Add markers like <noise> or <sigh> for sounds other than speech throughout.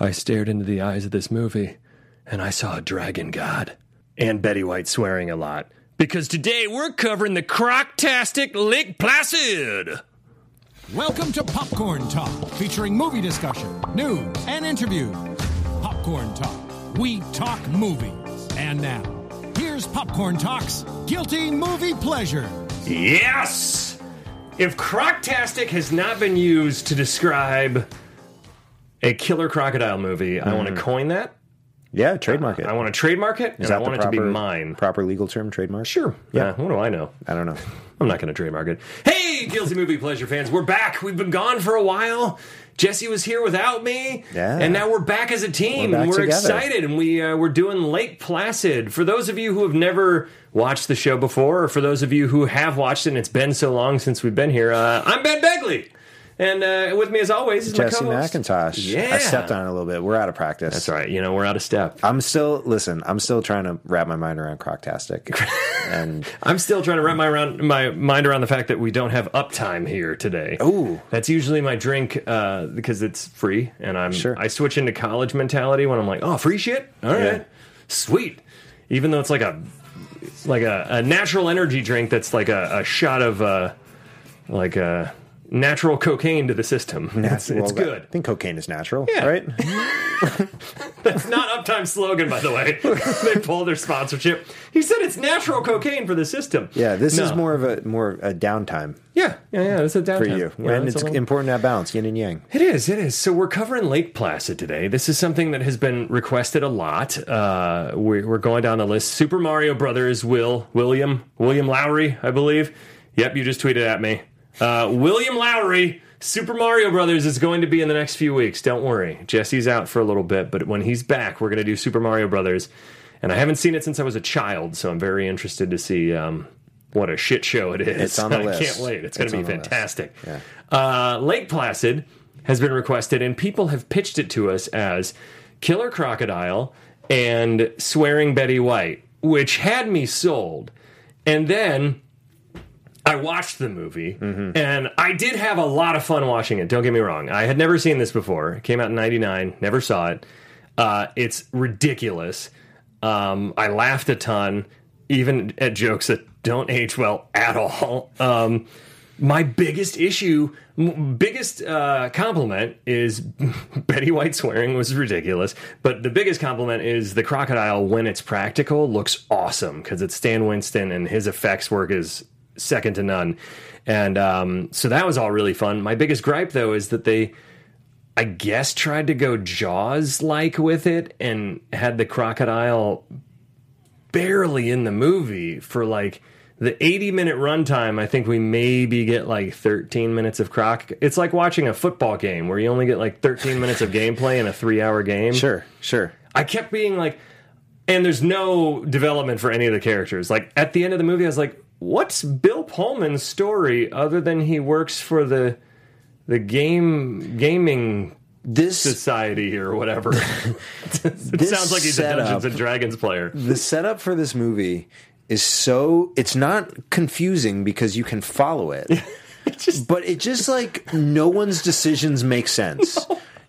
I stared into the eyes of this movie, and I saw a dragon god. And Betty White swearing a lot. Because today we're covering the Croctastic Lake Placid! Welcome to Popcorn Talk, featuring movie discussion, news, and interviews. Popcorn Talk, we talk movies. And now, here's Popcorn Talk's Guilty Movie Pleasure. Yes! If Croctastic has not been used to describe a killer crocodile movie, I want to coin that. Yeah, trademark it. I want to trademark it, and I want it to be mine. Proper legal term, trademark? Sure. Yeah. What do I know? I don't know. I'm not going to trademark it. Hey, Guilty Movie Pleasure fans, we're back. We've been gone for a while. Jesse was here without me, Yeah. and now we're back as a team. We're and back we're together. excited, and we uh, we're doing Lake Placid. For those of you who have never watched the show before, or for those of you who have watched it, and it's been so long since we've been here, uh, I'm Ben Begley, and uh, with me as always is Jesse my co-host. McIntosh. Yeah. I stepped on it a little bit. We're out of practice. That's all right. You know we're out of step. I'm still listen. I'm still trying to wrap my mind <laughs> around Croctastic, and I'm still trying to wrap my around my mind around the fact that we don't have uptime here today. Ooh. that's usually my drink uh, because it's free, and I'm Sure. I switch into college mentality when I'm like, oh, free shit, all right, Yeah. sweet. Even though it's like a like a, a natural energy drink that's like a, a shot of uh, like a natural cocaine to the system. It's, it's well, good. I think cocaine is natural, Yeah. right? That's not Uptime slogan, by the way. <laughs> they pulled their sponsorship. He said it's natural cocaine for the system. Yeah, this is No. more of a more of a downtime Yeah, yeah, yeah. It's a downtime for you, Yeah, and it's it's a little- important to have balance, yin and yang. It is, it is. So we're covering Lake Placid today. This is something that has been requested a lot. Uh, we're, we're going down the list. Super Mario Brothers. Will William William Lowry, I believe. Yep, you just tweeted at me. Uh, William Lowry. Super Mario Brothers is going to be in the next few weeks. Don't worry, Jesse's out for a little bit, but when he's back, we're going to do Super Mario Brothers. And I haven't seen it since I was a child, so I'm very interested to see um, what a shit show it is. It's on the <laughs> I can't list. wait. It's going It's to be on the list. fantastic fantastic. Uh, Lake Placid has been requested, and people have pitched it to us as Killer Crocodile and Swearing Betty White, which had me sold. And then I watched the movie, and I did have a lot of fun watching it. Don't get me wrong. I had never seen this before. It came out in 99, never saw it. Uh, it's ridiculous. Um, I laughed a ton, even at jokes that don't age well at all. Um, my biggest issue, m- biggest uh, compliment is <laughs> Betty White swearing was ridiculous, but the biggest compliment is the crocodile when it's practical looks awesome because it's Stan Winston and his effects work is second to none, and um, so that was all really fun. My biggest gripe though is that they I guess tried to go Jaws like with it and had the crocodile barely in the movie for like the 80 minute runtime. I think we maybe get like 13 minutes of croc. It's like watching a football game where you only get like 13 minutes of gameplay in a three hour game. Sure, sure. I kept being like, and there's no development for any of the characters. Like at the end of the movie, I was like, what's Bill Pullman's story other than he works for the the game gaming This society or <laughs> whatever? <laughs> it This sounds like he's a Dungeons setup- and Dragons player. the setup for this movie is so it's not confusing because you can follow <laughs> it. but it just like no one's decisions <laughs> make sense.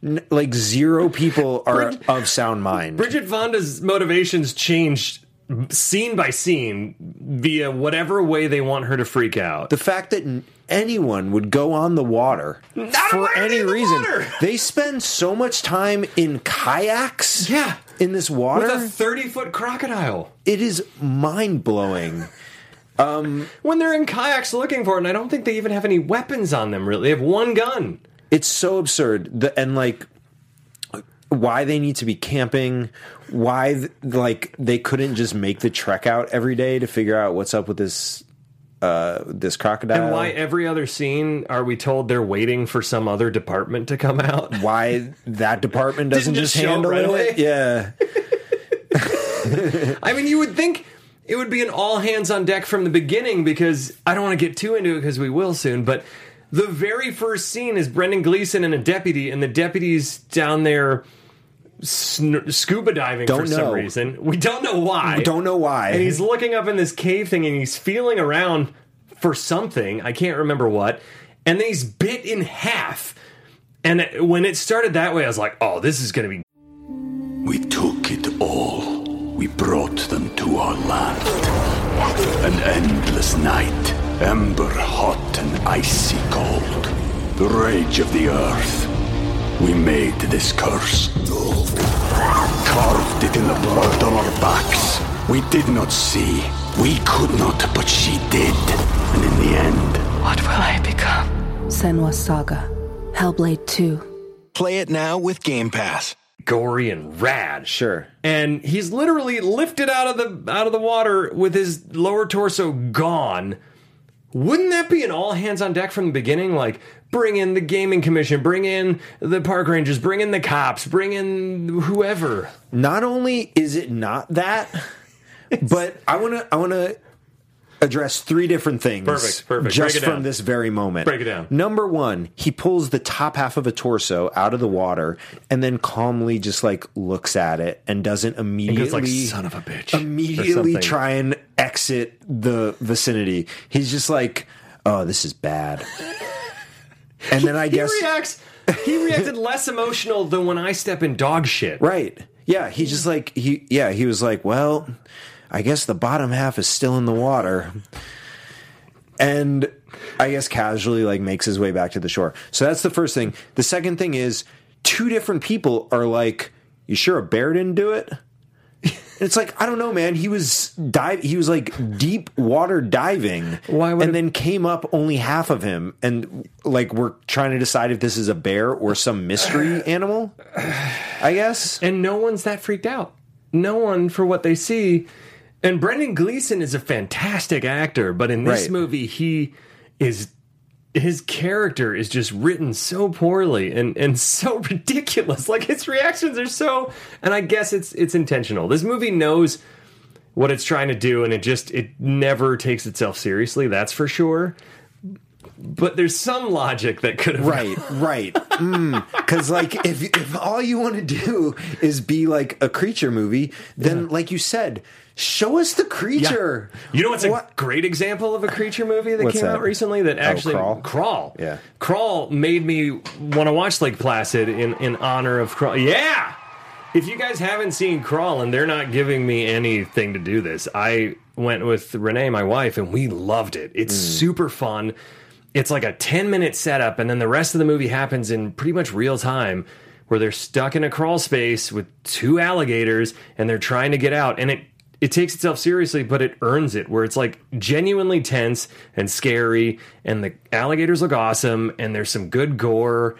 N- like zero people are of sound mind. Bridget Fonda's motivations changed scene by scene via whatever way they want her to freak out. the fact that n- anyone would go on the water don't for wanna be any in the reason. water. They spend so much time in kayaks. Yeah. In this with water, a 30 foot crocodile. it is mind blowing. When they're in kayaks looking for it, and I don't think they even have any weapons on them, really. They have one gun. it's so absurd the, and like why they need to be camping why th- like they couldn't just make the trek out every day to figure out what's up with this uh this crocodile And why every other scene are we told they're waiting for some other department to come out? why that department doesn't Didn't just just, show up handle right it away? yeah I mean, you would think it would be an all hands on deck from the beginning because I don't want to get too into it because we will soon, but the very first scene is Brendan Gleeson and a deputy, and the deputy's down there sn- scuba diving for Don't some know. reason. We don't know why. I don't know why And he's looking up in this cave thing and he's feeling around for something. I can't remember what. And then he's bit in half. And it- when it started that way, I was like, oh, this is going to be We took it all. We brought them to our land. An endless night, ember hot and icy cold. The rage of the earth. We made this curse. Carved it in the blood on our backs. We did not see. We could not, but she did. And in the end, What will I become? Senwa Saga. Hellblade 2. Play it now with Game Pass. gory and rad. sure and he's literally lifted out of the out of the water with his lower torso gone. Wouldn't that be an all hands on deck from the beginning? Like, bring in the gaming commission, bring in the park rangers, bring in the cops, bring in whoever. not only is it not that but i want to i want to address three different things Perfect, perfect. just Break it from down. this very moment Break it down. number one he pulls the top half of a torso out of the water and then calmly just like looks at it and doesn't immediately like, "Son of a bitch," or immediately something. try and exit the vicinity he's just like oh this <laughs> is bad and then i He guess reacts. He reacted less emotional than when I step in dog shit. Right. Yeah, he just like he yeah, he was like, "Well, I guess the bottom half is still in the water." And I guess casually like makes his way back to the shore. So that's the first thing. The second thing is two different people are like, "You sure a bear didn't do it?" And it's like, I don't know, man. He was dive he was like deep water diving. Why would and it- then came up only half of him and like we're trying to decide if this is a bear or some mystery animal. I guess. and no one's that freaked out. No one for what they see. And Brendan Gleeson is a fantastic actor, but in this Right. movie, he is his character is just written so poorly and and <laughs> so ridiculous. Like his reactions are so, and I guess it's it's intentional. This movie knows what it's trying to do, and it just it never takes itself seriously. That's for sure. But there's some logic that could have Right, right. Because like, if if all you want to do is be like a creature movie, then like you said, show us the Yeah. creature. You know what's a What- great example of a creature movie that What's came that? Oh, out recently that actually Crawl? Crawl. Yeah. Crawl made me want to watch Lake Placid in in honor of Crawl. Yeah. If you guys haven't seen Crawl and they're not giving me anything to do this, I went with Renee, my wife, and we loved it. It's super fun. It's like a 10 minute setup, and then the rest of the movie happens in pretty much real time where they're stuck in a crawl space with two alligators and they're trying to get out. And it it takes itself seriously, but it earns it where it's like genuinely tense and scary, and the alligators look awesome, and there's some good gore.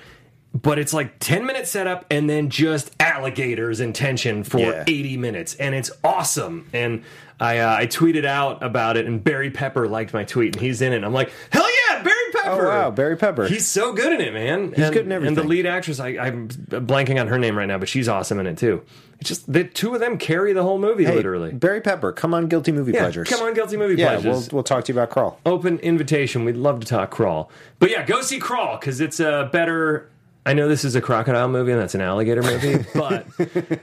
But it's like 10 minute setup and then just alligators in tension for Yeah. 80 minutes. And it's awesome. And I uh, I tweeted out about it, and Barry Pepper liked my tweet, and he's in it. And I'm like, hell yeah, Barry Pepper. Oh, wow, Barry Pepper. He's so good in it, man. He's and, good in And the everything. lead actress, I, I'm blanking on her name right now, but she's awesome in it too. It's just the two of them carry the whole movie, Hey, literally. Barry Pepper, come on, guilty movie Yeah, pleasures. come on, guilty movie yeah, pleasures. we'll we'll talk to you about crawl. Open invitation. We'd love to talk crawl, but yeah, go see crawl because it's a better. I know this is a crocodile movie and that's an alligator movie, <laughs> but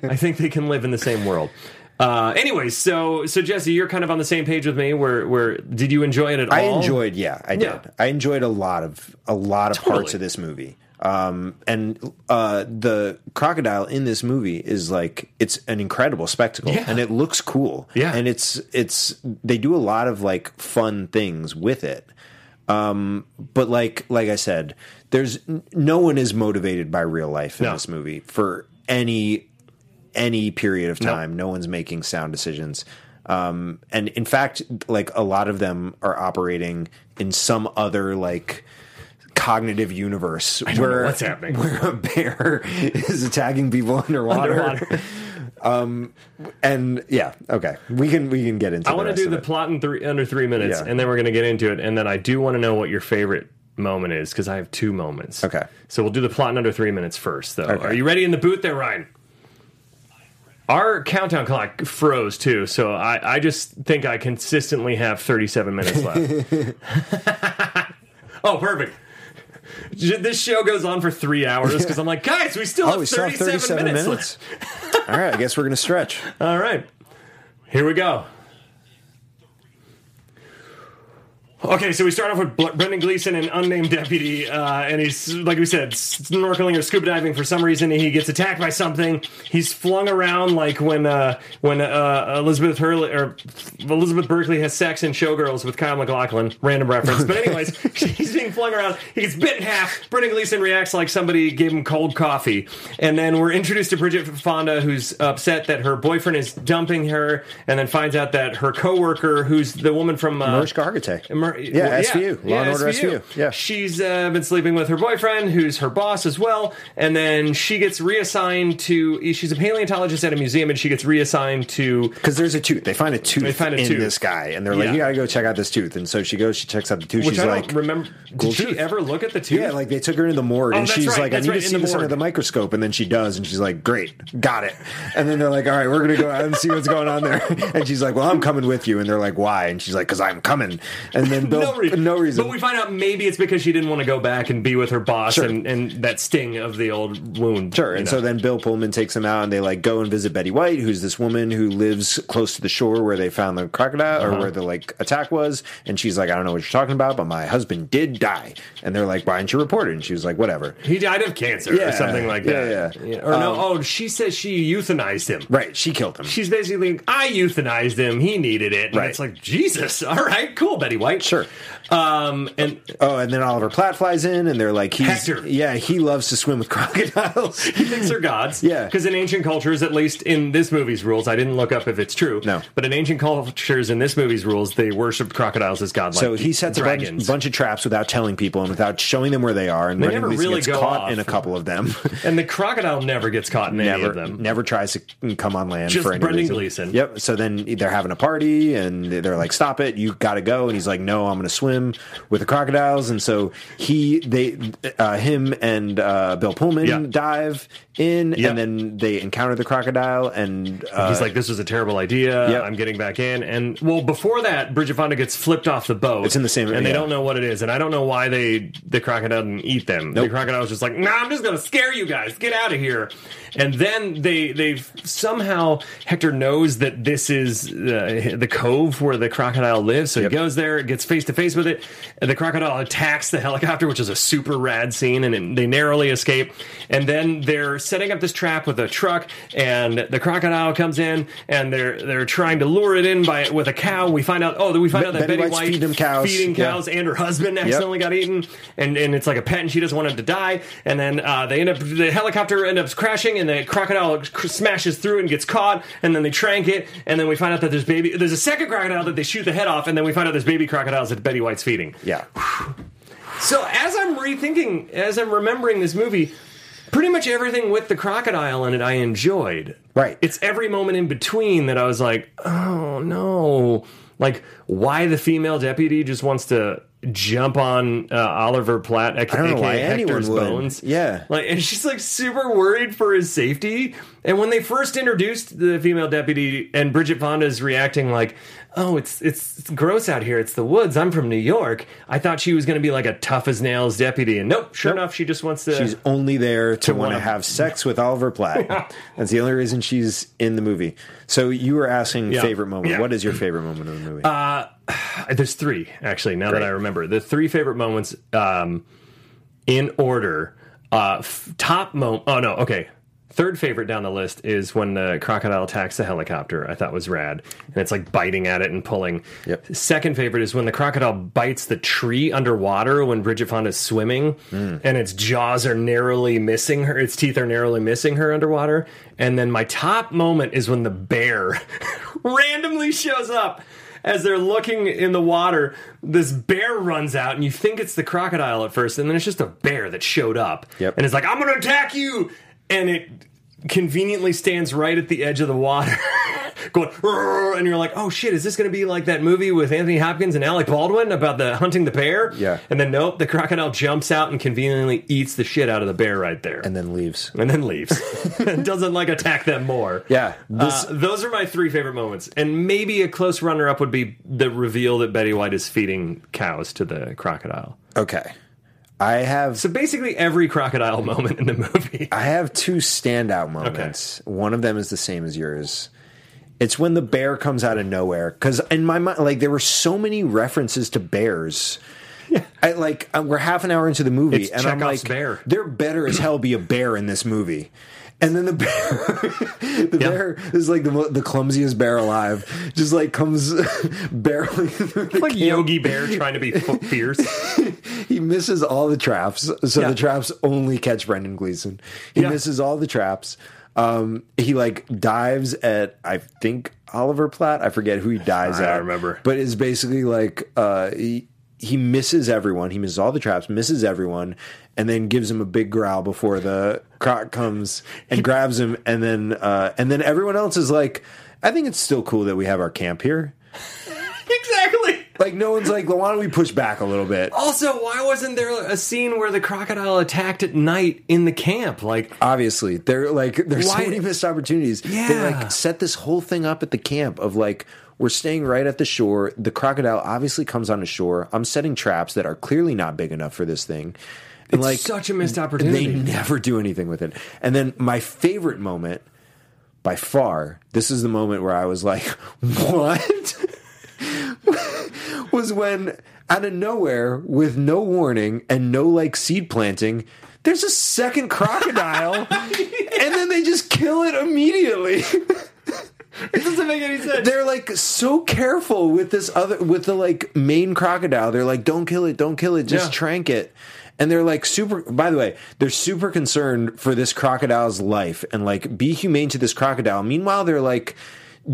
I think they can live in the same world. Uh, anyways, so so Jesse, you're kind of on the same page with me. Where where did you enjoy it at all? I enjoyed, yeah, I did. Yeah. I enjoyed a lot of a lot of parts Totally. of this movie. Um, and uh, the crocodile in this movie is like it's an incredible spectacle, Yeah. and it looks cool. Yeah. and it's it's they do a lot of like fun things with it. Um, but like like I said, there's n- no one is motivated by real life in No. this movie for any any period of time. No one's making sound decisions. Um, and in fact, like a lot of them are operating in some other like cognitive universe don't know what's happening. <laughs> where a bear <laughs> is attacking people underwater. Underwater. And yeah, okay, we can we can get into. I want to rest do of the it. plot in three, under three minutes, Yeah. and then we're going to get into it. And then I do want to know what your favorite moment is because I have two moments. Okay. So we'll do the plot in under three minutes first, though. Okay. Are you ready in the booth there, Ryan? Our countdown clock froze too, so I, I just think I consistently have 37 minutes left. <laughs> <laughs> oh, perfect. J- This show goes on for three hours because I'm like, guys, we still Oh, have we still 37, have 37 minutes. minutes. left." All right, I guess we're gonna stretch. <laughs> All right. Here we go. Okay, so we start off with Bl- Brendan Gleeson, an unnamed deputy, uh, and he's, like we said, snorkeling or scuba diving for some reason. He gets attacked by something. He's flung around like when uh, when uh, Elizabeth Hurley or Elizabeth Berkley has sex in Showgirls with Kyle McLaughlin. Random reference, but anyways, <laughs> he's being flung around. He gets bit in half. Brendan Gleeson reacts like somebody gave him cold coffee, and then we're introduced to Bridget Fonda, who's upset that her boyfriend is dumping her, and then finds out that her coworker, who's the woman from uh, Mariska Hargitay. Emer- Yeah, SVU. Law and Order SVU. Yeah. She's uh, been sleeping with her boyfriend, who's her boss as well, and then she gets reassigned to. She's a paleontologist at a museum, and she gets reassigned to. Because there's a tooth. They find a tooth They find a in tooth. this guy, and they're like, Yeah. "You gotta go check out this tooth." And so she goes, she checks out the tooth. Which I she's don't like, remember. Did "Cool she tooth." ever look at the tooth? Yeah, like they took her into the morgue, Oh, and that's she's right, like, "I that's need right, to in see the this under morgue. the microscope," and then she does, and she's like, "Great, got it." And then they're like, "All right, we're gonna go out and see what's going on there." <laughs> And she's like, "Well, I'm coming with you," and they're like, "Why?" And she's like, "Cause I'm coming." And then <laughs> Bill, no, reason. no reason. But we find out maybe it's because she didn't want to go back and be with her boss Sure. and, and that sting of the old wound. Sure. you And know. so then Bill Pullman takes them out and they like go and visit Betty White, who's this woman who lives close to the shore where they found the crocodile Uh-huh. or where the like attack was. And she's like, I don't know what you're talking about, but my husband did die. And they're like, Why didn't you report it? And she was like, Whatever. he died of cancer Yeah, or something like yeah, that. yeah. Um, Or no, oh, she says she euthanized him. Right. She killed him. She's basically, I euthanized him. He needed it. And Right. it's like, Jesus. <laughs> All right, cool, Betty White. Sure. Um, and Oh, and then Oliver Platt flies in and they're like, he's, Hector. Yeah, he loves to swim with <laughs> crocodiles. he thinks they're gods. Yeah. Because in ancient cultures, at least in this movie's rules, I didn't look up if it's true. No. But in ancient cultures, in this movie's rules, they worship crocodiles as godlike. So he sets a bunch, dragons. bunch of traps without telling people and without showing them where they are. And They Brendan never Gleeson really gets go caught off. in a couple of them. <laughs> and the crocodile never gets caught in any of never, them. never tries to come on land Just for any Brendan reason. Gleeson. Yep. So then they're having a party, and they're like, "Stop it! You got to go!" And he's like, "No, I'm going to swim with the crocodiles." And so he, they, uh, him, and uh, Bill Pullman Yeah. dive in, Yep. and then they encounter the crocodile, and uh, He's like, this was a terrible idea. Yeah. I'm getting back in. And well, before that, Bridget Fonda gets flipped off the boat. It's in the same- and they yeah. don't know what it is. And I don't know why they the crocodile didn't eat them. The Nope. crocodile was just like, nah, I'm just gonna scare you guys. Get out of here. And then they they somehow Hector knows that this is uh, the cove where the crocodile lives. So he goes there, gets face to face with it. And the crocodile attacks the helicopter, which is a super rad scene, and it- they narrowly escape. And then they're setting up this trap with a truck, and the crocodile comes in, and they're they're trying to lure it in by with a cow. We find out oh we find Be- out that Betty, Betty White's White feeding them cows. feeding Yeah. cows, and her husband accidentally got eaten, and and it's like a pet, and she doesn't want him to die. And then uh, they end up the helicopter ends up crashing, and the crocodile cr- smashes through and gets caught, and then they trank it, and then we find out that there's baby there's a second crocodile that they shoot the head off, and then we find out there's baby crocodiles that Betty White's feeding. yeah, So as I'm rethinking, as I'm remembering this movie, pretty much everything with the crocodile in it I enjoyed. Right. It's every moment in between that I was like, oh no. Like why the female deputy just wants to jump on uh, Oliver Platt, aka don't know why Hector's anyone would. bones. Yeah. Like and she's like super worried for his safety. And when they first introduced the female deputy and Bridget Fonda's reacting like, "Oh, it's it's, it's gross out here. It's the woods. I'm from New York." I thought she was going to be like a tough as nails deputy, and nope, sure Nope. enough, she just wants to she's only there to want to wanna- have sex with <laughs> Oliver Platt. That's the only reason she's in the movie. So you were asking Yeah. favorite moment. Yeah. Uh, What is your favorite moment of the movie? There's three actually. Now that Great. I remember, the three favorite moments um, in order. Uh, f- top moment. Oh no. Okay. Third favorite down the list is when the crocodile attacks the helicopter. I thought was rad, and it's like biting at it and pulling. Yep. Second favorite is when the crocodile bites the tree underwater when Bridget Fonda's swimming, and its jaws are narrowly missing her. Its teeth are narrowly missing her underwater. And then my top moment is when the bear <laughs> randomly shows up. As they're looking in the water, this bear runs out, and you think it's the crocodile at first, and then it's just a bear that showed up. Yep. And it's like, I'm going to attack you! And it conveniently stands right at the edge of the water, going, "Rrrr," and you're like, oh shit, is this going to be like that movie with Anthony Hopkins and Alec Baldwin about the hunting the bear? Yeah. And then, nope, the crocodile jumps out and conveniently eats the shit out of the bear right there. and then leaves. and then <laughs> leaves. Doesn't like attack them more. Yeah, Uh, those are my three favorite moments, and maybe a close runner-up would be the reveal that Betty White is feeding cows to the crocodile. Okay, I have So basically, every crocodile <laughs> moment in the movie. I have two standout moments. One of them is the same as yours. It's when the bear comes out of nowhere because in my mind, like there were so many references to bears. I like uh, we're half an hour into the movie It's and I'm Chekhov's like, bear. there better as hell be a bear in this movie. And then the bear, <laughs> the Yeah. bear is like the mo- the clumsiest bear alive, just like comes <laughs> barreling through the like camp. Yogi Bear trying to <laughs> be fu- fierce. He misses all the traps, so Yeah. the traps only catch Brendan Gleeson. He Yeah. misses all the traps. Um, he like dives at I think Oliver Platt. I forget who he dives I at. don't remember. but is basically like uh, he he misses everyone. He misses all the traps, misses everyone, and then gives him a big growl before the croc comes and grabs him, and then uh, and then everyone else is like, I think it's still cool that we have our camp here. exactly. Like no one's like, well, why don't we push back a little bit? Also, why wasn't there a scene where the crocodile attacked at night in the camp? <laughs> Like, obviously they're like there's Why- so many missed opportunities they Yeah. like set this whole thing up at the camp of like we're staying right at the shore the crocodile obviously comes on the shore i'm setting traps that are clearly not big enough for this thing and it's such a missed opportunity. they never do anything with it. And then my favorite moment by far, this is the moment where I was like, <laughs> what? <laughs> was when out of nowhere, with no warning and no like seed planting, there's a second <laughs> crocodile and then they just kill it immediately. it doesn't make any sense. They're like so careful with this other with the like main crocodile. They're like, don't kill it, don't kill it, just Yeah. trank it. And they're like super. By the way, they're super concerned for this crocodile's life and like be humane to this crocodile. Meanwhile, they're like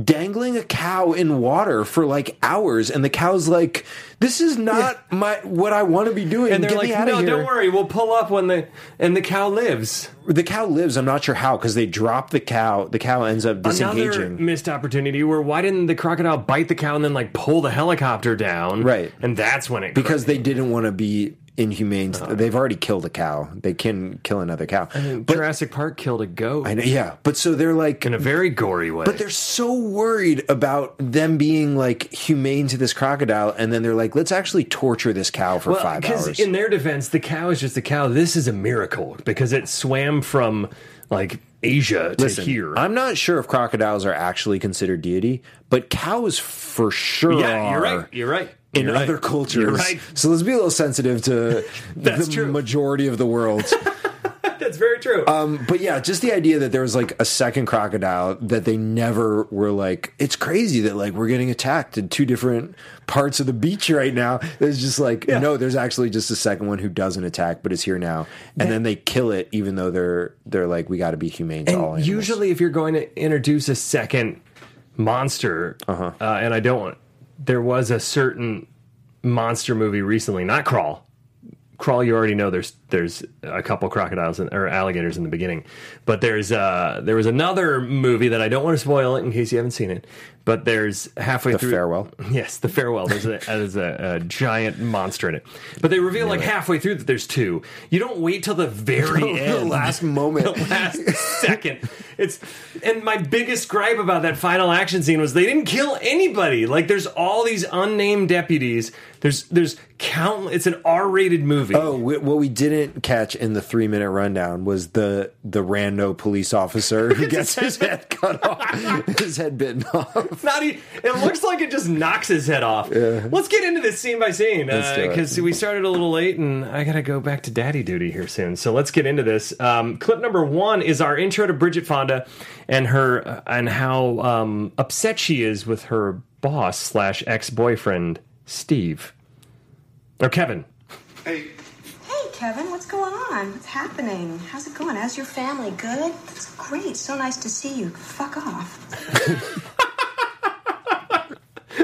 dangling a cow in water for like hours, and the cow's like, "This is not my what I want to be doing." and they're Get me like, outta no, here." don't worry, we'll pull up when the and the cow lives. The cow lives. I'm not sure how because they drop the cow. The cow ends up disengaging. Another missed opportunity where why didn't the crocodile bite the cow and then like pull the helicopter down? Right. and that's when it because they didn't want to be inhumane. to- They've already killed a cow. They can kill another cow. But Jurassic Park killed a goat I know, yeah, but so they're like, in a very gory way. but they're so worried about them being like humane to this crocodile, and then they're like, let's actually torture this cow for five hours. in their defense, the cow is just a cow. This is a miracle because it swam from like Asia to Listen, here. I'm not sure if crocodiles are actually considered deity, but cows for sure yeah, you're are. right. You're right. in You're right. other cultures. You're right. So let's be a little sensitive to <laughs> That's the true. majority of the world. That's very true. Um, but yeah, just the idea that there was like a second crocodile that they never were like, it's crazy that like we're getting attacked in two different parts of the beach right now. It's just like, no, there's actually just a second one who doesn't attack, but is here now. And then they kill it, even though they're they're like, we got to be humane to and all animals. usually, if you're going to introduce a second monster, Uh-huh. uh and I don't want, there was a certain monster movie recently, not Crawl. Crawl, you already know there's there's a couple crocodiles in, or alligators in the beginning, but there's uh there was another movie that I don't want to spoil it in case you haven't seen it, but there's halfway the through farewell. <laughs> Yes, the farewell. There's a, there's a, a giant monster in it, but they reveal like halfway through that there's two. You don't wait till the very <laughs> The end, last <laughs> moment. the last second. It's and my biggest gripe about that final action scene was they didn't kill anybody. Like there's all these unnamed deputies There's there's count. It's an R-rated movie. Oh, we, what we didn't catch in the three minute rundown was the the rando police <laughs> officer who gets his head cut off, his head bitten off. not e it looks like it just knocks his head off. Let's get into this scene by scene do it. because we started a little late and I got to go back to daddy duty here soon. So let's get into this. Um, clip number one is our intro to Bridget Fonda and her uh, and how um, upset she is with her boss slash ex boyfriend Steve or Kevin. Hey, Kevin, what's going on? What's happening? How's it going? How's your family? Good? That's great. So nice to see you. Fuck off.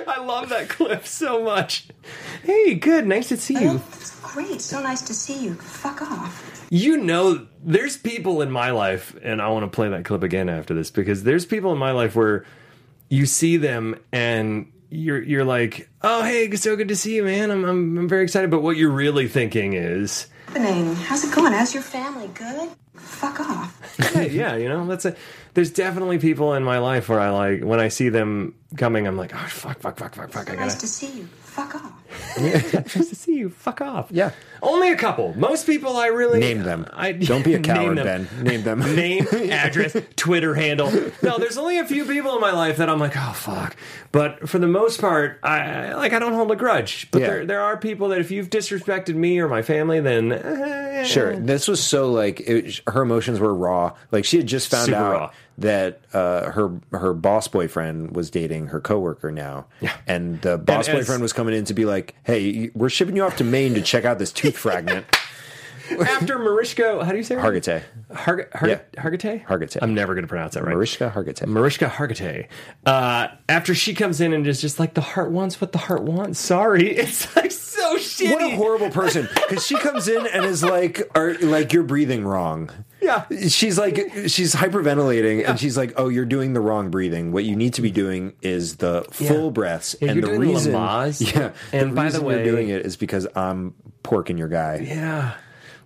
I love that clip so much. Hey, good, nice to see you. That's great. So nice to see you. Fuck off. you know there's people in my life and i want to play that clip again after this because there's people in my life where you see them and you're you're like oh hey so good to see you man i'm i'm, I'm very excited but what you're really thinking is Happening. How's it going? How's your family? Good? Fuck off. hey, yeah you know that's a there's definitely people in my life where i like when i see them coming i'm like oh fuck fuck fuck fuck fuck i Nice to gotta see you. Fuck off. nice to see you fuck off Yeah. only a couple most people i really uh, Name them. I, <laughs> Don't be a Name coward, them. Ben. Name them. <laughs> <laughs> name, address, Twitter handle. No, there's only a few people in my life that I'm like, oh fuck. But for the most part, I like I don't hold a grudge. But Yeah. there there are people that if you've disrespected me or my family, then eh, Sure. This was so like it, her emotions were raw. Like she had just found Super out raw. that uh, her her boss boyfriend was dating her coworker now. Yeah. And the boss as- boyfriend was coming in to be like, "Hey, we're shipping you off to Maine to check out this tooth fragment." after Marishko, how do you say her name? Hargitay. Har- Har- Yeah. Hargitay? Hargitay. I'm never going to pronounce that right. Mariska Hargitay. Mariska Hargitay. Uh, after she comes in and is just like, the heart wants what the heart wants. Sorry. <laughs> It's like so shitty. What a horrible <laughs> person! Because she comes in and is like, are, "Like you're breathing wrong." Yeah. she's like, she's hyperventilating, and she's like, "Oh, you're doing the wrong breathing. What you need to be doing is the full breaths." Yeah, and you're the doing reason, Lamaze. <laughs> yeah, And the by the reason way- you're doing it is because I'm porking your guy. Yeah.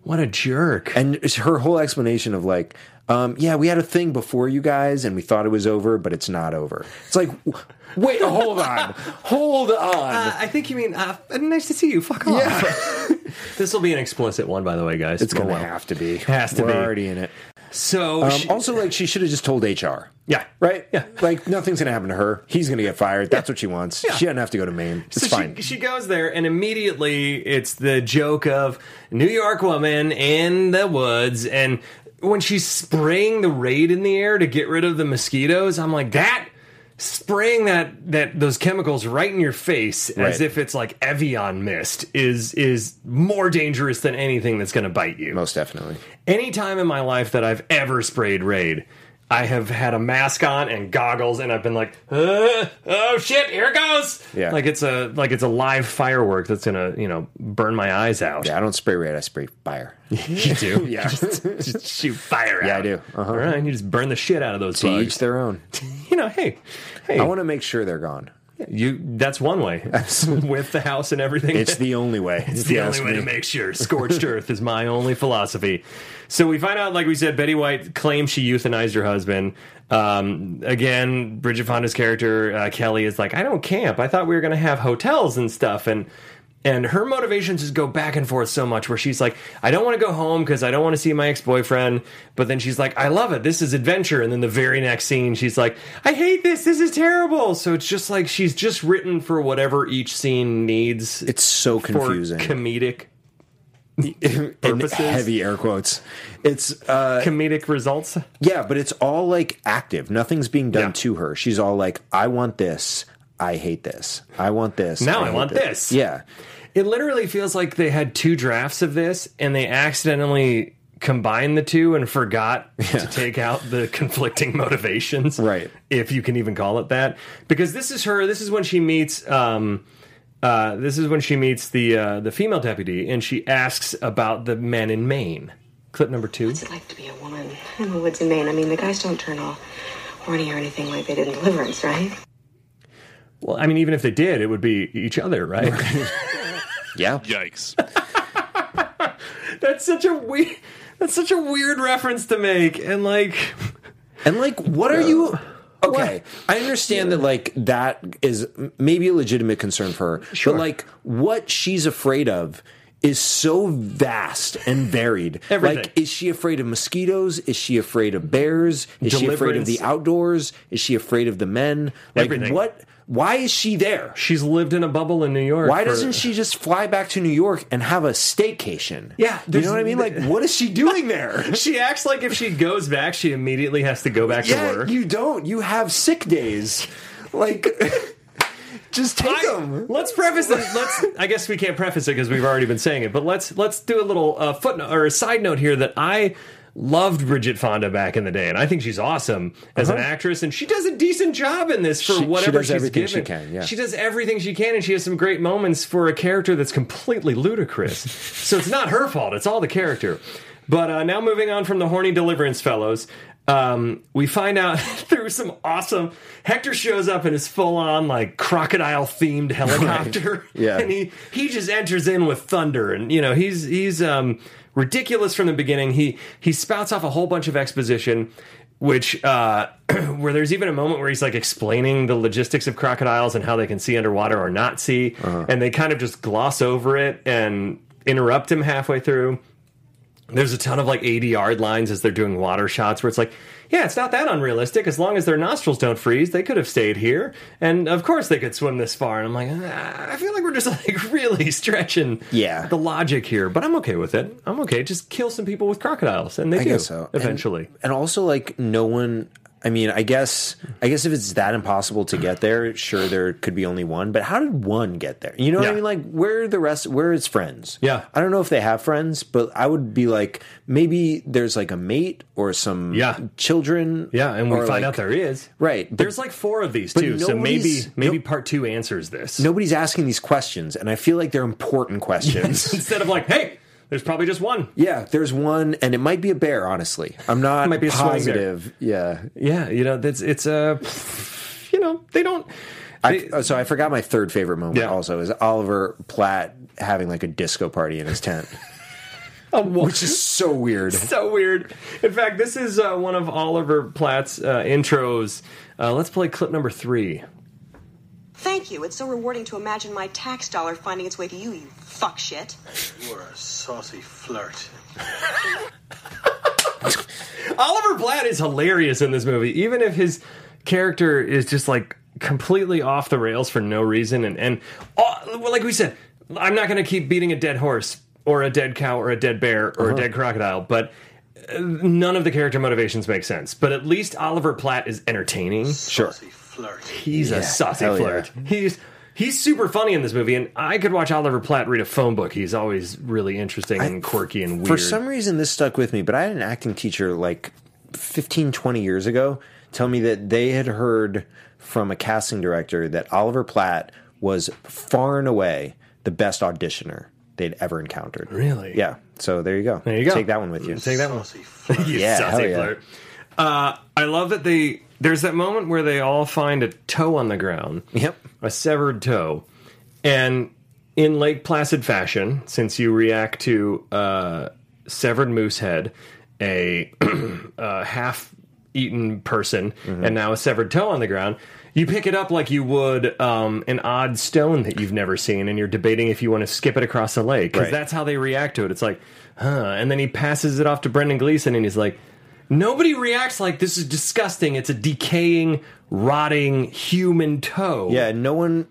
What a jerk. And it's her whole explanation of like, um, "Yeah, we had a thing before you guys, and we thought it was over, but it's not over." It's like, w- wait, <laughs> hold on, hold on. Uh, I think you mean uh, nice to see you. Fuck off. <laughs> this will be an explicit one, by the way, guys. It's gonna Oh, well. have to be. Has to We're be. already in it. So Um, she- also, like she should have just told HR. Yeah. Right. Yeah. Like nothing's gonna happen to her. He's gonna get fired. That's what she wants. Yeah. She doesn't have to go to Maine. It's so fine. She, she goes there, and immediately it's the joke of New York woman in the woods, and when she's spraying the raid in the air to get rid of the mosquitoes, I'm like that. Spraying that that those chemicals right in your face as Right. if it's like Evian mist is is more dangerous than anything that's going to bite you. Most definitely. Any time in my life that I've ever sprayed Raid, I have had a mask on and goggles, and I've been like, "Uh, "Oh shit, here it goes!" Yeah. like it's a like it's a live firework that's gonna you know burn my eyes out. Yeah, I don't spray red. I spray fire. <laughs> you do. <laughs> Yeah. <laughs> just, just shoot fire. Yeah, I out. do. Uh-huh. All right, you just burn the shit out of those to bugs. each their own. you know, hey, hey, I want to make sure they're gone. you. That's one way <laughs> with the house and everything. It's the only way. <laughs> It's the only way to make sure. Scorched earth is my only philosophy. So we find out, like we said, Betty White claims she euthanized her husband. Um, again, Bridget Fonda's character uh, Kelly is like, I don't camp. I thought we were going to have hotels and stuff, and and her motivations just go back and forth so much. Where she's like, I don't want to go home because I don't want to see my ex boyfriend, but then she's like, I love it. This is adventure. And then the very next scene, she's like, I hate this. This is terrible. So it's just like she's just written for whatever each scene needs It's so for confusing. comedic <laughs> and purposes. heavy air quotes. It's uh, comedic results. yeah, but it's all like active. Nothing's being done Yeah. to her. She's all like, "I want this. I hate this. I want this. Now I hate want this." Yeah. It literally feels like they had two drafts of this and they accidentally combined the two and <laughs> forgot to take out the conflicting motivations. Right. If you can even call it that. Because this is her this is when she meets um uh, this is when she meets the uh, the female deputy, and she asks about the men in Maine. Clip number two. What's it like to be a woman <laughs> in the woods in Maine? I mean, the guys don't turn all horny or anything like they did in Deliverance, right? Well, I mean, even if they did, it would be each other, right? Yeah. Yikes. that's such a weird. That's such a weird reference to make, and like. And like, what are you? Okay, I understand that like that is maybe a legitimate concern for her, but like what she's afraid of is so vast and varied. Everything. Like, is she afraid of mosquitoes? Is she afraid of bears? Is she afraid of Deliverance. the outdoors? Is she afraid of the men? Like Everything. what? Why is she there? She's lived in a bubble in New York. Why for- doesn't she just fly back to New York and have a staycation? Yeah, you there's- know what I mean. Like, what is she <laughs> doing <laughs> there? She acts like if she goes back, she immediately has to go back yeah, to work. you don't. You have sick days. Like, <laughs> just take I- them. let's preface it. Let's. I guess we can't preface it because we've already been saying it. But let's let's do a little uh, footnote or a side note here that I loved Bridget Fonda back in the day, and I think she's awesome as an actress, and she does a decent job in this for Uh-huh. She- she whatever does she's everything she given. can, yeah. She does everything she can, and she has some great moments for a character that's completely ludicrous. so it's not her fault; it's all the character. But uh, now, moving on from the horny deliverance fellows, um, we find out <laughs> through some awesome. Hector shows up in his full-on like crocodile-themed helicopter, Yeah. and he he just enters in with thunder, and you know he's he's um, ridiculous from the beginning. He he spouts off a whole bunch of exposition. Which, uh, where there's even a moment where he's like explaining the logistics of crocodiles and how they can see underwater or not see, Uh-huh. and they kind of just gloss over it and interrupt him halfway through there's a ton of like 80 yard lines as they're doing water shots where it's like yeah it's not that unrealistic as long as their nostrils don't freeze they could have stayed here and of course they could swim this far and i'm like ah, i feel like we're just <laughs> like really stretching Yeah. the logic here but i'm okay with it i'm okay just kill some people with crocodiles and they I do guess so. And- eventually And also, like, no one. I mean, I guess, I guess if it's that impossible to get there, sure, there could be only one. But how did one get there? You know what Yeah. I mean? Like, where are the rest? Where are his friends? Yeah. I don't know if they have friends, but I would be like, maybe there's like a mate or some Yeah. children. yeah and we or, find like- out there is Right, but- there's like four of these but too so maybe nobody's- maybe no- part two answers this <laughs> nobody's asking these questions, and I feel like they're important questions. instead of like hey there's probably just one Yeah, there's one, and it might be a bear. Honestly, I'm <laughs> not Might be a swimming positive. Yeah, yeah you know that's it's a you know they don't I, oh, so I forgot my third favorite moment. Yeah. Also, is Oliver Platt having like a disco party in his tent, <laughs> <laughs> which is so weird. um, so uh, weird. In fact, this is uh, one of Oliver Platt's uh, intros. Uh, let's play clip number three. Thank you. It's so rewarding to imagine my tax dollar finding its way to you, you fuck shit. You are a saucy flirt. Oliver Platt is hilarious in this movie, even if his character is just like completely off the rails for no reason. And and oh, well, like we said, I'm not going to keep beating a dead horse or a dead cow or a dead bear Uh-huh. or a dead crocodile, but. uh, None of the character motivations make sense, but at least Oliver Platt is entertaining. Sure. Saucy flirt. He's a saucy hell yeah. flirt. He's he's super funny in this movie, and I could watch Oliver Platt read a phone book. He's always really interesting and quirky and weird. For some reason, this stuck with me, but I had an acting teacher like 15, 20 years ago tell me that they had heard from a casting director that Oliver Platt was far and away the best auditioner they'd ever encountered. Really? Yeah. So there you go. There you go. Take that one with you. Take that one. Saucy flirt. <laughs> You Yeah, saucy hell yeah. flirt. Uh, I love that they. There's that moment where they all find a toe on the ground. Yep. a severed toe, and in Lake Placid fashion, since you react to uh, severed moose head, a, <clears throat> a half-eaten person, Mm-hmm. and now a severed toe on the ground. You pick it up like you would um, an odd stone that you've never seen, and you're debating if you want to skip it across the lake because Right. that's how they react to it. It's like, huh? And then he passes it off to Brendan Gleeson, and he's like, Nobody reacts like this is disgusting. It's a decaying, rotting human toe. Yeah, no one.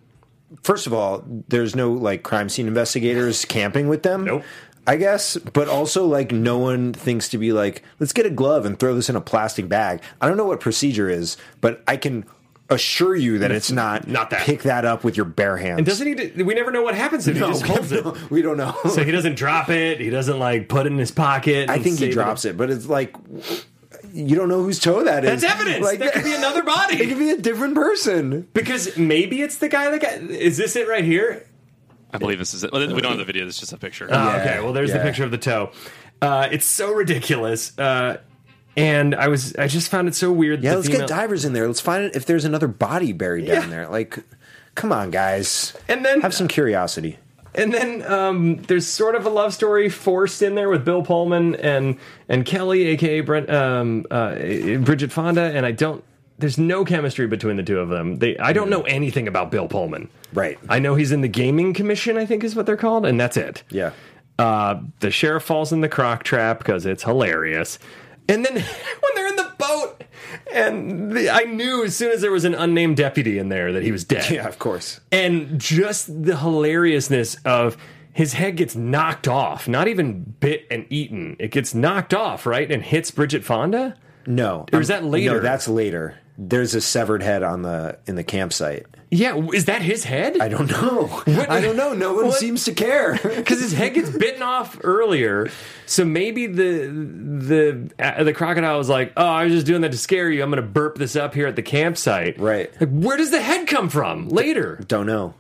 First of all, there's no like crime scene <sighs> investigators camping with them. Nope. I guess, but also like no one thinks to be like, let's get a glove and throw this in a plastic bag. I don't know what procedure is, but I can assure you that it's not Not that. pick that up with your bare hands. And doesn't he? We never know what happens if No, he just holds it. we don't know. So he doesn't drop it. He doesn't like put it in his pocket. <laughs> I and think he save drops it, but it's like you don't know whose toe that is. That's evidence. Like, that could be another <laughs> it could body. be a different person. Because maybe it's the guy that got. Is this it right here? I believe this is it. Well, We don't have the video. It's just a picture. Oh, Yeah, okay. Well, there's the yeah. picture of the toe. Uh, it's so ridiculous. Uh, and I was. I just found it so weird. Yeah, the let's female- get divers in there. Let's find it if there's another body buried down there. Like, come on, guys. And then- have <laughs> some curiosity. And then um, there's sort of a love story forced in there with Bill Pullman and and Kelly, aka Brent, um, uh, Bridget Fonda, and I don't there's no chemistry between the two of them. They I don't know anything about Bill Pullman. Right. I know he's in the gaming commission, I think is what they're called, and that's it. Yeah. Uh, the sheriff falls in the croc trap because it's hilarious. And then <laughs> when they're in the boat, and the, I knew as soon as there was an unnamed deputy in there that he was dead. Yeah, of course. And just the hilariousness of his head gets knocked off, not even bit and eaten. It gets knocked off, right? And hits Bridget Fonda? No. Um, Or is that later? No, that's later. There's a severed head on the in the campsite. Yeah, w- is that his head? <laughs> I don't <laughs> know. I don't know. No one What? seems to care. <laughs> because his head gets bitten off earlier. So maybe the the uh, the crocodile was like, "Oh, I was just doing that to scare you. I'm going to burp this up here at the campsite." Right. Like, where does the head come from later? don't know.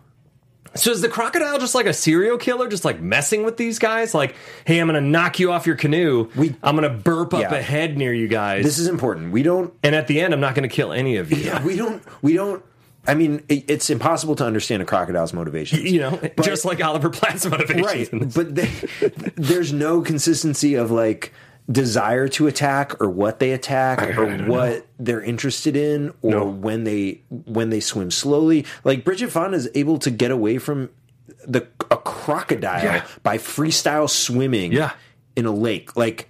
So is the crocodile just like a serial killer, just like messing with these guys? Like, hey, I'm going to knock you off your canoe. We- I'm going to burp up Yeah. a head near you guys. This is important. We don't and at the end, I'm not going to kill any of you. we don't we don't I mean, it, it's impossible to understand a crocodile's motivations. <laughs> You know, just like Oliver Platt's motivations. right in this. <laughs> but they, there's no consistency of like desire to attack or what they attack or what they're interested in or No. when they when they swim slowly like bridget fonda is able to get away from the a crocodile Yeah. by freestyle swimming Yeah. in a lake like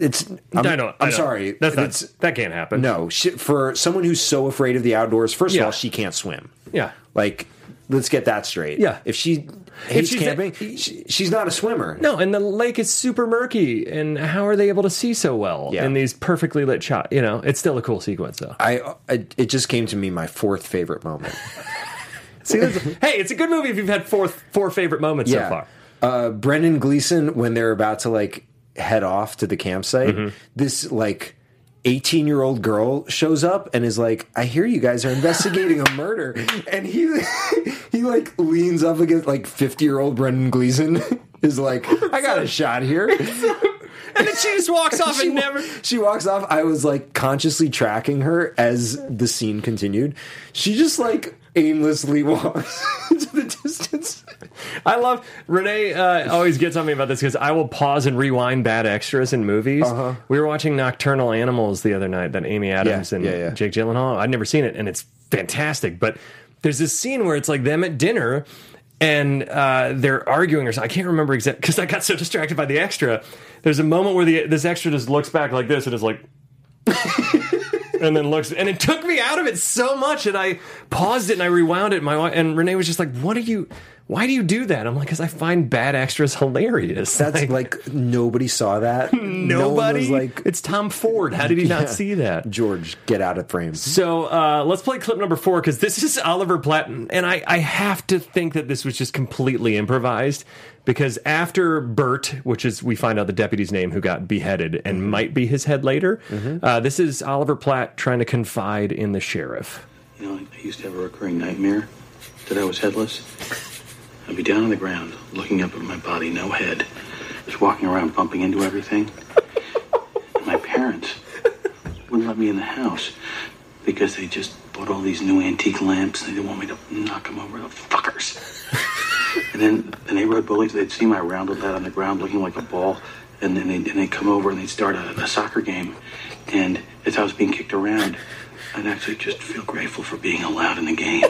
it's i'm, <laughs> I don't. I I'm don't. sorry That's not, It's- that can't happen. no she, for someone who's so afraid of the outdoors first Yeah. of all she can't swim Yeah. like, let's get that straight. Yeah. If she hates she's a- camping, she, she's not a swimmer. No, and the lake is super murky, and how are they able to see so well Yeah. in these perfectly lit shots? You know, it's still a cool sequence, though. I, I it just came to me my fourth favorite moment. <laughs> See, that's- <laughs> hey, it's a good movie if you've had four four favorite moments so far. Uh, Brendan Gleeson when they're about to like head off to the campsite, Mm-hmm. this like 18 year old girl shows up and is like, I hear you guys are investigating a <laughs> murder. And he, <laughs> he like leans up against like 50 year old Brendan Gleeson <laughs> is like, I got a shot <laughs> here. And then she just <laughs> walks off she, and never. she walks off. I was like consciously tracking her as the scene continued. She just like aimlessly <laughs> walks into the distance. I love Renee. Uh, always gets on me about this because I will pause and rewind bad extras in movies. Uh-huh. We were watching Nocturnal Animals the other night that Amy Adams Yeah, and yeah, yeah. Jake Gyllenhaal. I'd never seen it, and it's fantastic. But there's this scene where it's like them at dinner. And uh, they're arguing, or something. I can't remember exactly because I got so distracted by the extra. There's a moment where the this extra just looks back like this and is like, and then looks and it took me out of it so much and I paused it and I rewound it and my wi- and Renee was just like what are you why do you do that I'm like cuz I find bad extras hilarious That's like, nobody saw that. <laughs> No one nobody was like like it's Tom Ford how did he not <laughs> Yeah. see that George, get out <laughs> of frame. so uh, let's play clip number four because this is Oliver Platt, and I, I have to think that this was just completely improvised because after Bert, which is we find out the deputy's name who got beheaded and Mm-hmm. might be his head later, uh, this is Oliver Platt trying to confide in the sheriff. You know, I used to have a recurring nightmare that I was headless. I'd be down on the ground, looking up at my body, no head, just walking around, bumping into everything. And my parents wouldn't let me in the house because they just bought all these new antique lamps and they didn't want me to knock them over. The fuckers. and then the neighborhood bullies, they'd see my rounded head on the ground looking like a ball. And then they'd, and they'd come over and they'd start a, a soccer game. And as I was being kicked around, I'd actually just feel grateful for being allowed in <laughs> the game.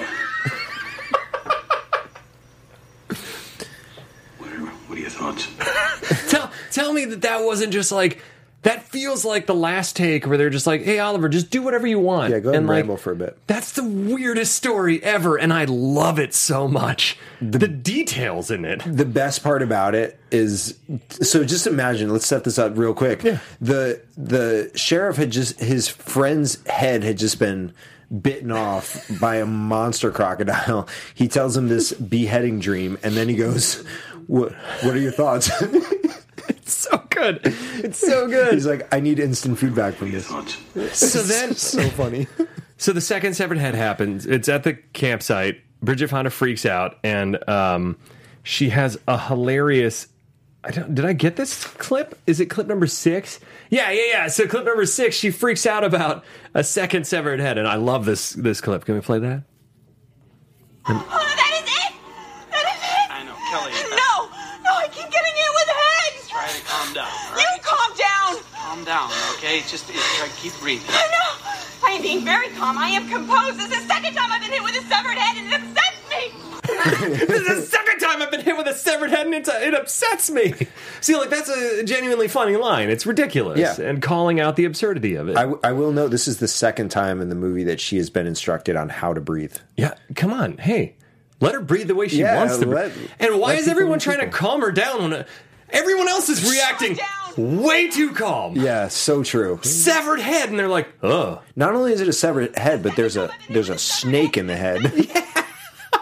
what, are, what are your thoughts? tell tell me that that wasn't just like that feels like the last take where they're just like, "Hey Oliver, just do whatever you want." Yeah, go ahead and like, ramble for a bit. That's the weirdest story ever, and I love it so much. the details in it. <laughs> the best part about it is so just imagine let's set this up real quick the the sheriff had just his friend's head had just been bitten off by a monster crocodile he tells him this beheading dream and then he goes what what are your thoughts <laughs> so good. It's so good. <laughs> he's like i need instant feedback from Your this thoughts? so then, so funny <laughs> so the second severed head happens. It's at the campsite. Bridget Fonda freaks out, and um, she has a hilarious. I don't, did I get this clip? Is it clip number six? Yeah, yeah, yeah. So clip number six, she freaks out about a second severed head, and I love this this clip. Can we play that? Oh, that is it? That is it? I know, Kelly, uh, No, no, I keep getting hit with heads. Try to calm down, all You right? calm down. Calm down, okay? Just uh, try, keep breathing. I know. I need being very calm. I am composed. This is the second time I've been hit with a severed head, and it upsets <laughs> me. this is the second time I've been hit with a severed head, and it, it upsets me. <laughs> See, like that's a genuinely funny line. It's ridiculous, Yeah. and calling out the absurdity of it. I, w- I will note this is the second time in the movie that she has been instructed on how to breathe. yeah, come on, hey, let her breathe the way she Yeah, wants to. let- breathe. and why let is people everyone be trying to calm her down when uh, everyone else is reacting way too calm? Yeah, so true. Severed head, and they're like, <laughs> oh, Not only is it a severed head, but there's a there's a snake in the head.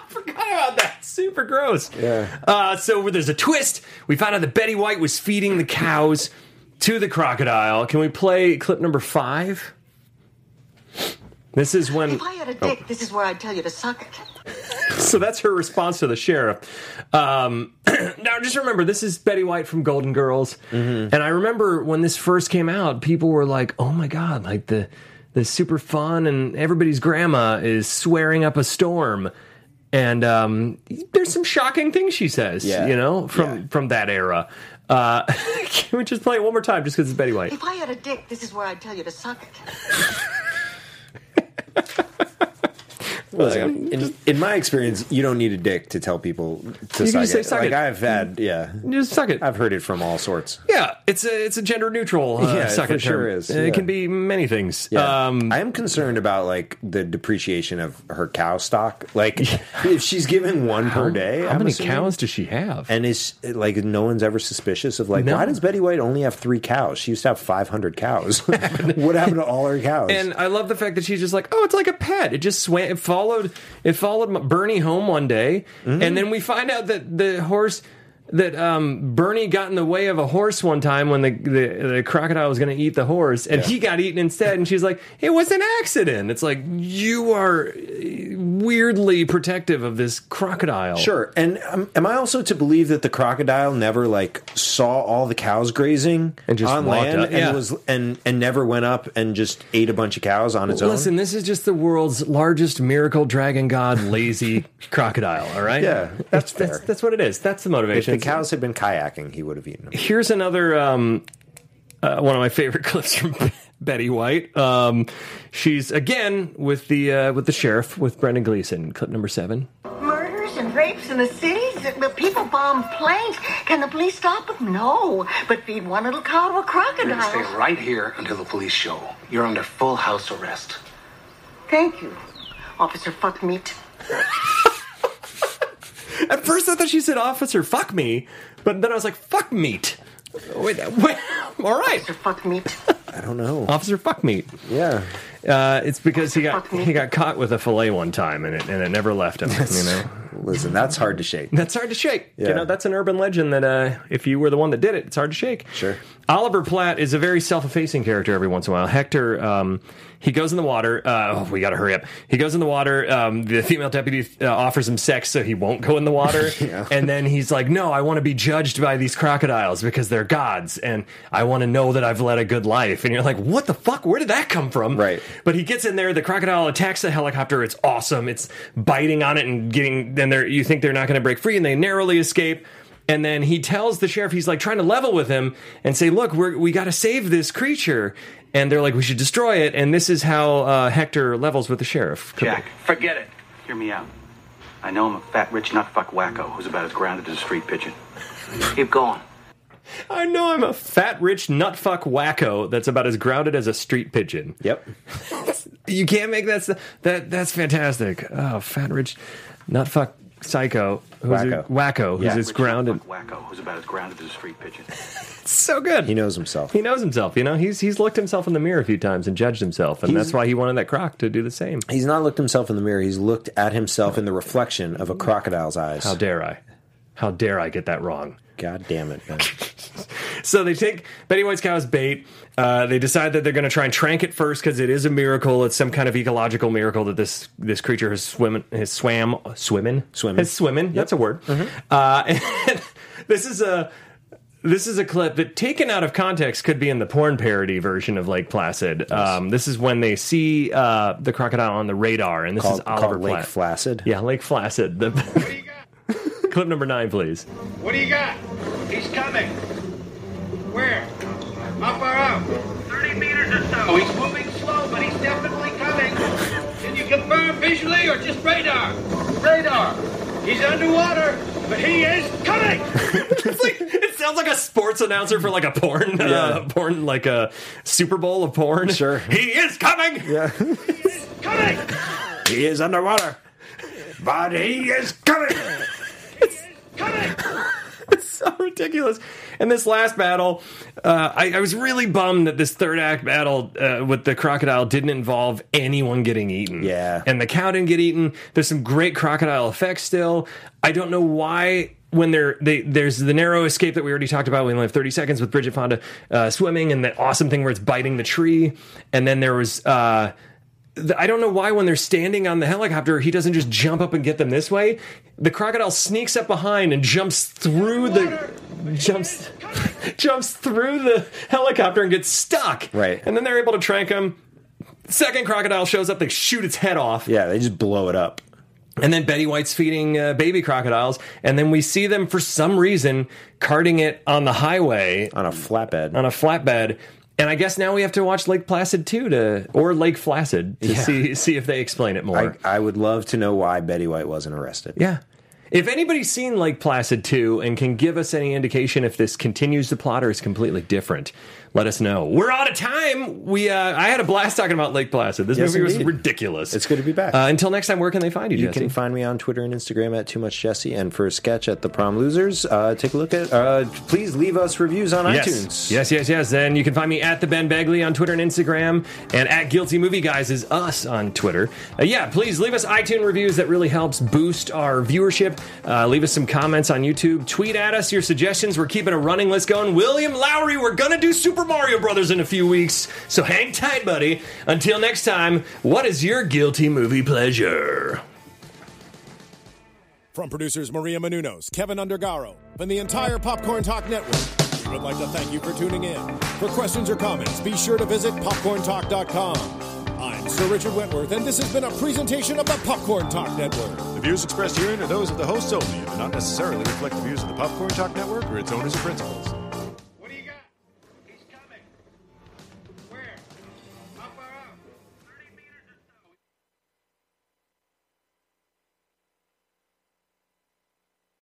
forgot about that. Super gross. Yeah. Uh, so where there's a twist. We found out that Betty White was feeding the cows to the crocodile. Can we play clip number five? This is when. If I had a dick, this is where I'd tell you to suck it. <laughs> So that's her response to the sheriff. Um, <clears throat> now, just remember, this is Betty White from Golden Girls, Mm-hmm. and I remember when this first came out, people were like, "Oh my god!" Like the the super fun, and everybody's grandma is swearing up a storm, and um, there's some shocking things she says, Yeah. you know, from from that era. Uh, <laughs> can we just play it one more time, just because it's Betty White? If I had a dick, this is where I'd tell you to suck it. Listen, in, in my experience, you don't need a dick to tell people to You can suck, just say it. suck like it. I've had, yeah, Just suck it. I've heard it from all sorts. Yeah, it's a it's a gender neutral uh, Yeah, it suck for it term. sure is, Uh, yeah. It can be many things. Yeah. Um, I am concerned about like the depreciation of her cow stock. Like if she's giving one per day, how I'm many assuming- cows does she have? And is like no one's ever suspicious of like No. why does Betty White only have three cows? She used to have five <laughs> hundred cows. <laughs> what happened to all her cows? And I love the fact that she's just like, oh, it's like a pet. It just swam. It followed. It followed M- Bernie home one day, Mm-hmm. and then we find out that the horse that um, Bernie got in the way of a horse one time when the the, the crocodile was going to eat the horse, and Yeah. he got eaten instead. And she's like, it was an accident. It's like you are uh, weirdly protective of this crocodile. Sure. And um, am I also to believe that the crocodile never like saw all the cows grazing And just on walked land up, yeah. and was and and never went up and just ate a bunch of cows on its Listen, this is just the world's largest miracle dragon god, lazy <laughs> crocodile. All right, Yeah, that's that's that's, fair. that's what it is. That's the own? If motivation. the cows had been kayaking, he would have eaten them. <laughs> Here's another um, uh, one of my favorite <laughs> clips from Betty White. Um, she's again with the uh, with the sheriff with Brendan Gleeson. Clip number seven. Murders and rapes in the cities. The people bomb planes. Can the police stop them? No. But feed one little cow to a You're gonna stay crocodile. right here until the police show. You're under full house arrest. Thank you, Officer Fuck Meat. At first, I thought she said "Officer, fuck me," but then I was like, "Fuck meat." Wait, wait, <laughs> all right, Officer Fuck Meat. I don't know. Officer, fuck meat. Yeah. Uh, it's because he got he got caught with a fillet one time, and it and it never left him. You know. Listen, that's hard to <laughs> shake. That's hard to shake. You Yeah. know, that's an urban legend that uh, if you were the one that did it, it's hard to shake. Sure. Oliver Platt is a very self-effacing character every once in a while. Hector, um, he goes in the water. Uh, oh, we got to hurry up. He goes in the water. Um, the female deputy uh, offers him sex so he won't go in the <laughs> water. And then he's like, no, I want to be judged by these crocodiles because they're gods. And I want to know that I've led a good life. And you're like, what the fuck? Where did that come from? Right. But he gets in there. The crocodile attacks the helicopter. It's awesome. It's biting on it and getting. Then they're you think they're not going to break free, and they narrowly escape. And then he tells the sheriff he's like trying to level with him and say, "Look, we're, we got to save this creature." And they're like, "We should destroy it." And this is how uh, Hector levels with the sheriff. Jack, Forget it. hear me out. I know I'm a fat, rich, nut fuck wacko who's about as grounded as a street pigeon. Keep going. I know I'm a fat, rich nutfuck wacko that's about as grounded as a street pigeon. Yep. You can't make that. s- That that's fantastic. Oh, fat, rich nutfuck psycho who's Wacko. A, wacko who's Yeah. as grounded. Fuck wacko who's about as grounded as a street pigeon. so good. He knows himself. He knows himself, you know. He's he's looked himself in the mirror a few times and judged himself, and He's- that's why he wanted that croc to do the same. He's not looked himself in the mirror. He's looked at himself in the reflection of a crocodile's eyes. How dare I? How dare I get that wrong? God damn it, <laughs> man. So they take Betty White's cow as bait. Uh, they decide that they're going to try and trank it first because it is a miracle. It's some kind of ecological miracle that this this creature has swim has swam swimming Swimmin'. has swimming. That's a word. Mm-hmm. Uh, <laughs> and this is a this is a clip that taken out of context could be in the porn parody version of Lake Placid. Um, this is when they see uh, the crocodile on the radar, and this called, is Oliver called Lake Platt. Flaccid. yeah, Lake Placid. The <laughs> clip number nine, please. What do you got? He's coming. Where? How far out? 30 meters or so. Oh, he's moving slow, but he's definitely coming. away or just radar? Radar. He's underwater, but he is coming. It sounds like a sports announcer for like a porn, uh, porn like a Super Bowl of porn. Sure, <laughs> he is coming. Yeah, He is underwater. But he is <laughs> coming. it's <laughs> so ridiculous. And this last battle, uh, I, I was really bummed that this third act battle uh, with the crocodile didn't involve anyone getting eaten. Yeah. And the cow didn't get eaten. There's some great crocodile effects still. I don't know why. When they're, they, there's the narrow escape that we already talked about. We only have 30 seconds with Bridget Fonda uh, swimming and that awesome thing where it's biting the tree. And then there was uh, th- I don't know why when they're standing on the helicopter, he doesn't just jump up and get them this way. The crocodile sneaks up behind and jumps through the jumps <laughs> jumps through the helicopter and gets stuck. Right. And then they're able to trank him. Second crocodile shows up, they shoot its head off. Yeah, they just blow it up. And then Betty White's feeding uh, baby crocodiles, and then we see them for some reason carting it on the highway on a flatbed. On a flatbed, and I guess now we have to watch Lake Placid too to or Lake Flaccid to Yeah. see see if they explain it more. I, I would love to know why Betty White wasn't arrested. Yeah. If anybody's seen Lake Placid 2 and can give us any indication if this continues the plot or is completely different, let us know. We're out of time. We uh, I had a blast talking about Lake Placid. This Yes, movie was indeed. ridiculous. It's good to be back. Uh, until next time, where can they find you, You Jesse? can find me on Twitter and Instagram at Too Much Jesse, and for a sketch at The Prom Losers, uh, take a look at. Uh, please leave us reviews on yes. iTunes. Yes, yes, yes. Then you can find me at the Ben Begley on Twitter and Instagram, and at Guilty Movie Guys is us on Twitter. Uh, yeah, please leave us iTunes reviews. That really helps boost our viewership. Uh, leave us some comments on YouTube. Tweet at us your suggestions. We're keeping a running list going. William Lowry, we're gonna do Super Mario Brothers in a few weeks, so hang tight, buddy. Until next time, what is your guilty movie pleasure? From producers Maria Menunos, Kevin Undergaro, and the entire Popcorn Talk Network, we would like to thank you for tuning in. For questions or comments, be sure to visit popcorntalk.com. I'm Sir Richard Wentworth, and this has been a presentation of the Popcorn Talk Network. The views expressed herein are those of the hosts only and do not necessarily reflect the views of the Popcorn Talk Network or its owners or principals.